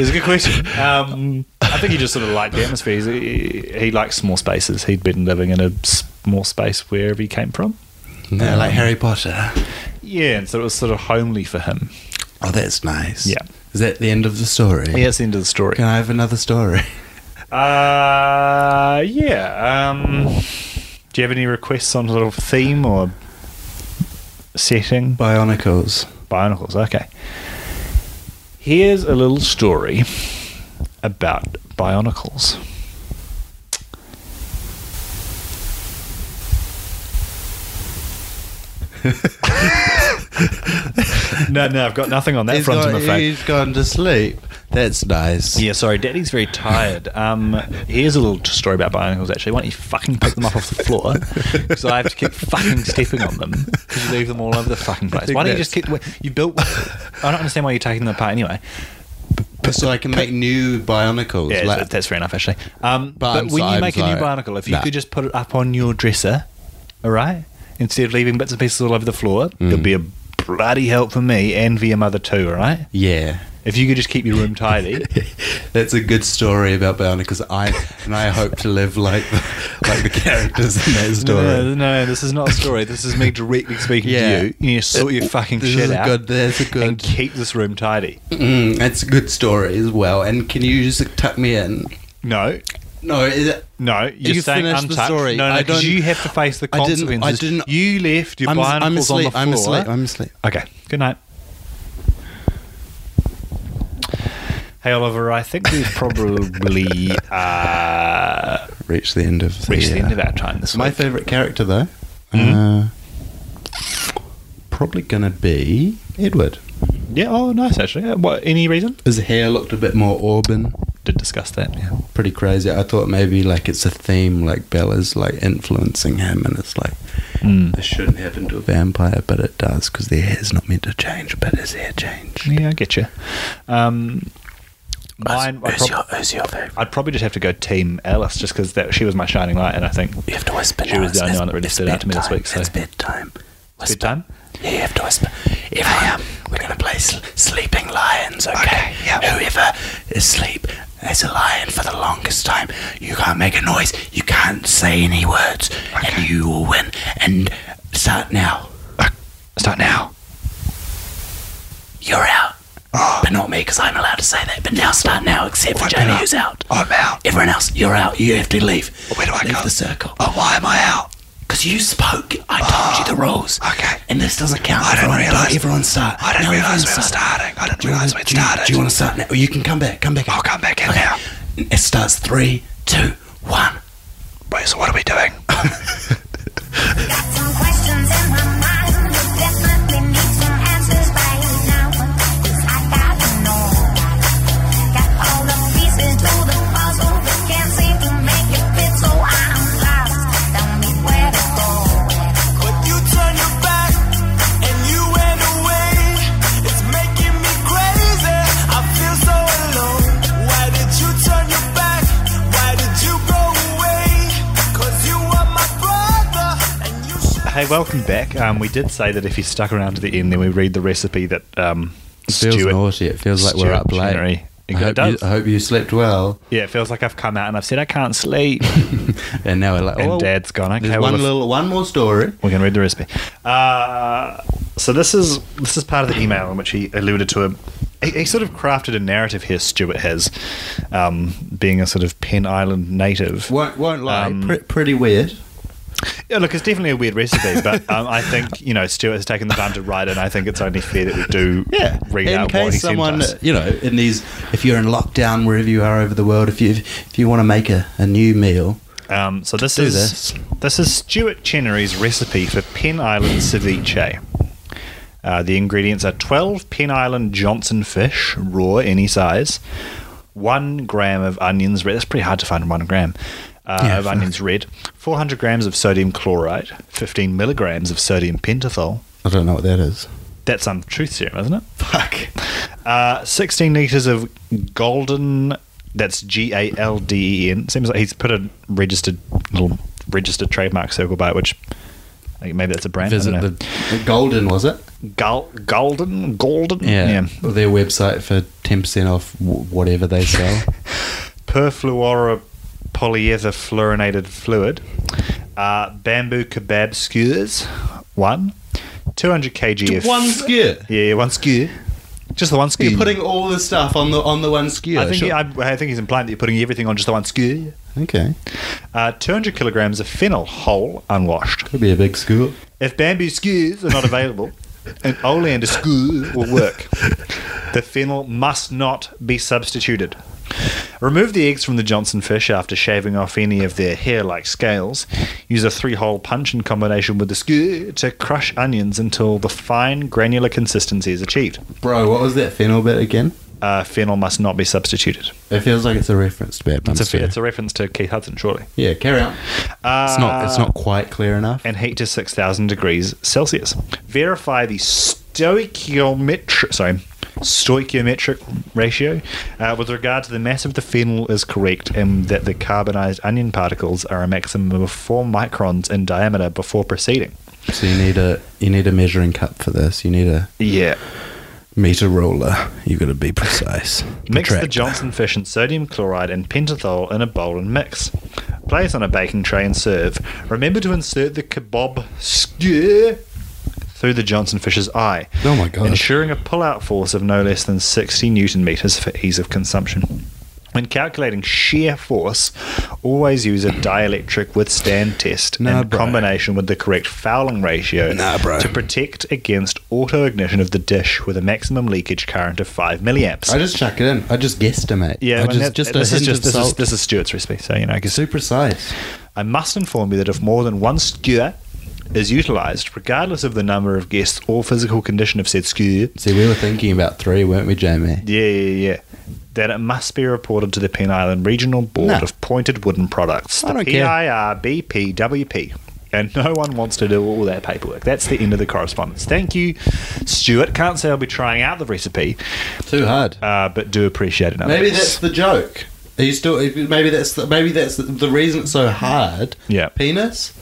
[SPEAKER 1] it's a good question. Um, I think he just sort of liked the atmosphere. He's, he, he likes small spaces. He'd been living in a small space wherever he came from.
[SPEAKER 2] No, like Harry Potter.
[SPEAKER 1] Yeah, and so it was sort of homely for him.
[SPEAKER 2] Oh, that's nice.
[SPEAKER 1] Yeah.
[SPEAKER 2] Is that the end of the story?
[SPEAKER 1] Yeah, that's the end of the story.
[SPEAKER 2] Can I have another story?
[SPEAKER 1] Uh, yeah. Um, do you have any requests on sort of theme or setting?
[SPEAKER 2] Bionicles.
[SPEAKER 1] Bionicles, okay. Here's a little story about Bionicles. no, no, I've got nothing on that front,
[SPEAKER 2] gone,
[SPEAKER 1] I'm afraid.
[SPEAKER 2] he's gone to sleep. That's nice.
[SPEAKER 1] Yeah, sorry, Daddy's very tired. Um, here's a little story about bionicles. Actually, why don't you fucking pick them up off the floor? Because I have to keep fucking stepping on them because you leave them all over the fucking place.
[SPEAKER 2] think
[SPEAKER 1] Why don't you
[SPEAKER 2] that's-
[SPEAKER 1] just keep? You built. I don't understand why you're taking them apart anyway.
[SPEAKER 2] So I can make new bionicles.
[SPEAKER 1] Yeah,
[SPEAKER 2] like-
[SPEAKER 1] that- that's fair enough, actually. Um,
[SPEAKER 2] But
[SPEAKER 1] but
[SPEAKER 2] I'm
[SPEAKER 1] when
[SPEAKER 2] so-
[SPEAKER 1] you
[SPEAKER 2] I'm
[SPEAKER 1] make a new
[SPEAKER 2] sorry.
[SPEAKER 1] barnacle, if you
[SPEAKER 2] Nah.
[SPEAKER 1] could just put it up on your dresser, all right, instead of leaving bits and pieces all over the floor,
[SPEAKER 2] Mm.
[SPEAKER 1] it'll be a bloody help for me and for your mother too. All right,
[SPEAKER 2] yeah.
[SPEAKER 1] if you could just keep your room tidy.
[SPEAKER 2] That's a good story about bionicles. I and I hope to live like the, like the characters in that story.
[SPEAKER 1] No, no, no, this is not a story. This is me directly speaking
[SPEAKER 2] Yeah. Oh,
[SPEAKER 1] to you. You need to sort your fucking
[SPEAKER 2] This
[SPEAKER 1] shit
[SPEAKER 2] is a
[SPEAKER 1] out.
[SPEAKER 2] good- that's a
[SPEAKER 1] And
[SPEAKER 2] good-
[SPEAKER 1] keep this room tidy.
[SPEAKER 2] Mm, that's a good story as well. And can you just tuck me in?
[SPEAKER 1] No,
[SPEAKER 2] No, is it,
[SPEAKER 1] no, you're
[SPEAKER 2] You
[SPEAKER 1] staying
[SPEAKER 2] finished
[SPEAKER 1] untouched.
[SPEAKER 2] the story.
[SPEAKER 1] No, no,
[SPEAKER 2] I
[SPEAKER 1] because
[SPEAKER 2] don't-
[SPEAKER 1] you have to face the
[SPEAKER 2] I didn't-
[SPEAKER 1] consequences.
[SPEAKER 2] I didn't-
[SPEAKER 1] You left your
[SPEAKER 2] I'm,
[SPEAKER 1] barnacles
[SPEAKER 2] I'm asleep.
[SPEAKER 1] on the floor.
[SPEAKER 2] I'm asleep. I'm asleep.
[SPEAKER 1] Okay. Good night. Hey Oliver, I think we've probably uh,
[SPEAKER 2] Reach the uh, end of
[SPEAKER 1] reached the Mm-hmm. end of our time this
[SPEAKER 2] My
[SPEAKER 1] week.
[SPEAKER 2] favourite character, though, uh, probably gonna be Edward.
[SPEAKER 1] yeah. Oh, nice actually. Yeah, What? Any reason?
[SPEAKER 2] His hair looked a bit more auburn.
[SPEAKER 1] Did discuss that. Yeah.
[SPEAKER 2] Pretty crazy. I thought maybe like it's a theme, like Bella's like influencing him, and it's like
[SPEAKER 1] Mm.
[SPEAKER 2] this shouldn't happen to a vampire, but it does because their hair's not meant to change, but his hair changed.
[SPEAKER 1] Yeah, I get you. Um, mine, I'd, prob-
[SPEAKER 2] who's your favourite?
[SPEAKER 1] I'd probably just have to go Team Alice just because she was my shining light, and I think
[SPEAKER 2] You have to whisper.
[SPEAKER 1] She was the only one that really stood out to me this week, so-
[SPEAKER 2] bedtime.
[SPEAKER 1] it's bedtime.
[SPEAKER 2] Yeah, you have to whisper. Everyone, we're going to play sl- Sleeping Lions, okay? Whoever is asleep as a lion for the longest time, you can't make a noise, you can't say any words, and you will win. And start now.
[SPEAKER 1] Start now.
[SPEAKER 5] You're out.
[SPEAKER 2] Oh.
[SPEAKER 5] But not me, because I'm allowed to say that. But now start now, except for Johnny, who's out.
[SPEAKER 2] I'm out.
[SPEAKER 5] Everyone else, you're out. You have to leave.
[SPEAKER 2] Where do I
[SPEAKER 5] leave
[SPEAKER 2] go?
[SPEAKER 5] the circle.
[SPEAKER 2] Oh, why am I out? Oh,
[SPEAKER 5] Because you spoke. I told you the rules.
[SPEAKER 2] Okay.
[SPEAKER 5] And this doesn't count.
[SPEAKER 2] I didn't
[SPEAKER 5] everyone,
[SPEAKER 2] realise-
[SPEAKER 5] Everyone start.
[SPEAKER 2] I didn't
[SPEAKER 5] Now
[SPEAKER 2] realise we
[SPEAKER 5] everyone
[SPEAKER 2] were
[SPEAKER 5] start.
[SPEAKER 2] starting. I didn't
[SPEAKER 5] Do you wanna-
[SPEAKER 2] realise we'd
[SPEAKER 5] do you-
[SPEAKER 2] started.
[SPEAKER 5] Do you want to start now? You can come back. Come back.
[SPEAKER 2] I'll come back in now.
[SPEAKER 5] It starts three, two, one.
[SPEAKER 2] Wait, so what are we doing?
[SPEAKER 6] Some questions in my mind that definitely need some answers right now. 'Cause I gotta know. Got all the pieces to the puzzle, but can't seem to make it fit, so I'm lost. Tell me where to go.
[SPEAKER 7] But you turn your back and you went away.
[SPEAKER 1] Hey, welcome back. Um, we did say that if you stuck around to the end, then we read the recipe that um,
[SPEAKER 2] It feels naughty. It feels like we're
[SPEAKER 1] Stuart
[SPEAKER 2] up late.
[SPEAKER 1] Chenery. It
[SPEAKER 2] I, hope
[SPEAKER 1] does.
[SPEAKER 2] You, I hope you slept well.
[SPEAKER 1] Yeah, it feels like I've come out and I've said I can't sleep.
[SPEAKER 2] And now we're like,
[SPEAKER 1] And
[SPEAKER 2] oh,
[SPEAKER 1] Dad's gone. Okay,
[SPEAKER 2] There's
[SPEAKER 1] well,
[SPEAKER 2] one
[SPEAKER 1] if-
[SPEAKER 2] little, one more story.
[SPEAKER 1] we can read the recipe. Uh, so this is this is part of the email in which he alluded to a he, he sort of crafted a narrative here. Stuart has, um, being a sort of Penn Island native.
[SPEAKER 2] Won't, won't lie.
[SPEAKER 1] Um,
[SPEAKER 2] pre- pretty weird.
[SPEAKER 1] Yeah, look, it's definitely a weird recipe, but um, I think you know Stuart has taken the time to write it. and I think it's only fair that we do
[SPEAKER 2] Yeah.
[SPEAKER 1] read
[SPEAKER 2] in
[SPEAKER 1] out
[SPEAKER 2] case
[SPEAKER 1] what he
[SPEAKER 2] someone,
[SPEAKER 1] sent us.
[SPEAKER 2] you know, in these, if you're in lockdown wherever you are over the world, if you if you want to make a, a new meal,
[SPEAKER 1] Um, so this
[SPEAKER 2] Do
[SPEAKER 1] is this.
[SPEAKER 2] this.
[SPEAKER 1] is Stuart Chenery's recipe for Penn Island ceviche. Uh, the ingredients are 12 Penn Island Johnson fish, raw, any size, one gram of onions red. That's pretty hard to find one gram uh,
[SPEAKER 2] Yeah,
[SPEAKER 1] of
[SPEAKER 2] fuck.
[SPEAKER 1] onions red, 400 grams of sodium chloride, 15 milligrams of sodium pentothal.
[SPEAKER 2] I don't know what that is.
[SPEAKER 1] That's some truth serum, isn't it?
[SPEAKER 2] Fuck.
[SPEAKER 1] Uh, 16 litres of golden. That's G A L D E N. Seems like he's put a registered little registered trademark circle by it, which I think maybe that's a brand. I
[SPEAKER 2] Visit
[SPEAKER 1] don't know.
[SPEAKER 2] the Golden was it?
[SPEAKER 1] Gol- golden, golden.
[SPEAKER 2] Their website for ten percent off w- whatever they sell.
[SPEAKER 1] Perfluoro polyether fluorinated fluid. Uh, bamboo kebab skewers. One. 200 kg of
[SPEAKER 2] One skewer. Hmm.
[SPEAKER 1] Yeah, one skewer. Just the one skewer.
[SPEAKER 2] You're putting all the stuff on the on the one skewer.
[SPEAKER 1] I think
[SPEAKER 2] sure.
[SPEAKER 1] I, I think he's implying that you're putting everything on just the one skewer.
[SPEAKER 2] okay,
[SPEAKER 1] Uh, 200 kilograms of fennel whole unwashed.
[SPEAKER 2] could be a big skewer.
[SPEAKER 1] If bamboo skewers are not available, an oleander skewer will work. The fennel must not be substituted. Remove the eggs from the Johnson fish after shaving off any of their hair like scales. Use a three hole punch in combination with the skewer to crush onions until the fine granular consistency is achieved.
[SPEAKER 2] Bro, what was that fennel bit again?
[SPEAKER 1] Uh, fennel must not be substituted.
[SPEAKER 2] It feels like it's a reference to Bad Bumps.
[SPEAKER 1] It's a, fe-
[SPEAKER 2] Fair.
[SPEAKER 1] it's a reference to Keith Hudson, surely.
[SPEAKER 2] yeah, carry on.
[SPEAKER 1] Uh,
[SPEAKER 2] It's not. It's not quite clear enough.
[SPEAKER 1] and heat to 6,000 degrees Celsius. Verify the stoichiometric, sorry, stoichiometric ratio uh, with regard to the mass of the fennel is correct and that the carbonized onion particles are a maximum of 4 microns in diameter before proceeding.
[SPEAKER 2] So you need a you need a measuring cup for this. You need a
[SPEAKER 1] Yeah.
[SPEAKER 2] meter roller. You've got to be precise.
[SPEAKER 1] Mix the
[SPEAKER 2] Protract.
[SPEAKER 1] Johnson fish and sodium chloride and pentothal in a bowl and mix. Place on a baking tray and serve. Remember to insert the kebab skewer through the Johnson fish's eye.
[SPEAKER 2] Oh my God.
[SPEAKER 1] Ensuring a pull-out force of no less than 60 newton meters for ease of consumption. When calculating shear force, always use a dielectric withstand test
[SPEAKER 2] Nah,
[SPEAKER 1] in
[SPEAKER 2] bro.
[SPEAKER 1] combination with the correct fouling ratio
[SPEAKER 2] Nah, bro.
[SPEAKER 1] to protect against auto ignition of the dish with a maximum leakage current of 5 milliamps.
[SPEAKER 2] I just chuck it in. I just guesstimate.
[SPEAKER 1] Yeah,
[SPEAKER 2] I
[SPEAKER 1] well,
[SPEAKER 2] just,
[SPEAKER 1] that-
[SPEAKER 2] just a
[SPEAKER 1] this
[SPEAKER 2] hint
[SPEAKER 1] is just
[SPEAKER 2] of
[SPEAKER 1] this is,
[SPEAKER 2] salt.
[SPEAKER 1] this is Stuart's recipe, so you know. I guess-
[SPEAKER 2] super precise.
[SPEAKER 1] I must inform you that if more than one skewer is utilised, regardless of the number of guests or physical condition of said skewer,
[SPEAKER 2] See, we were thinking about three, weren't we, Jamie?
[SPEAKER 1] yeah, yeah, yeah, that it must be reported to the Penn Island Regional Board
[SPEAKER 2] No.
[SPEAKER 1] of Pointed Wooden Products,
[SPEAKER 2] I
[SPEAKER 1] the
[SPEAKER 2] don't care.
[SPEAKER 1] PIRBPWP. And no one wants to do all that paperwork. That's the end of the correspondence. Thank you, Stuart. Can't say I'll be trying out the recipe,
[SPEAKER 2] Too hard.
[SPEAKER 1] uh, but do appreciate it.
[SPEAKER 2] Maybe
[SPEAKER 1] nonetheless.
[SPEAKER 2] that's the joke. Are you still? Maybe that's the, maybe that's the, the reason it's so hard.
[SPEAKER 1] Yeah.
[SPEAKER 2] Penis.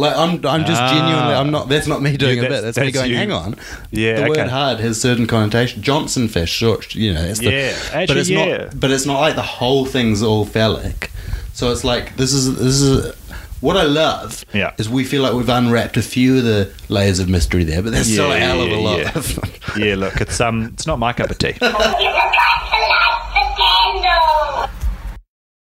[SPEAKER 2] Like I'm, I'm just
[SPEAKER 1] Ah.
[SPEAKER 2] genuinely. I'm not. That's not me doing
[SPEAKER 1] Yeah,
[SPEAKER 2] a bit.
[SPEAKER 1] that's-
[SPEAKER 2] That's, me
[SPEAKER 1] that's
[SPEAKER 2] going.
[SPEAKER 1] you.
[SPEAKER 2] Hang on.
[SPEAKER 1] Yeah,
[SPEAKER 2] The
[SPEAKER 1] okay.
[SPEAKER 2] word hard has certain connotation. Johnson fish. Short. You know. That's the,
[SPEAKER 1] Yeah,
[SPEAKER 2] But
[SPEAKER 1] actually,
[SPEAKER 2] it's
[SPEAKER 1] yeah.
[SPEAKER 2] not. But it's not like the whole thing's all phallic. So it's like this is this is. What I love
[SPEAKER 1] Yeah.
[SPEAKER 2] is we feel like we've unwrapped a few of the layers of mystery there, but there's still a
[SPEAKER 1] Yeah,
[SPEAKER 2] hell of
[SPEAKER 1] yeah,
[SPEAKER 2] a lot.
[SPEAKER 1] yeah.
[SPEAKER 2] of-
[SPEAKER 1] yeah, look, it's um, it's not my cup of tea.
[SPEAKER 8] Give a guy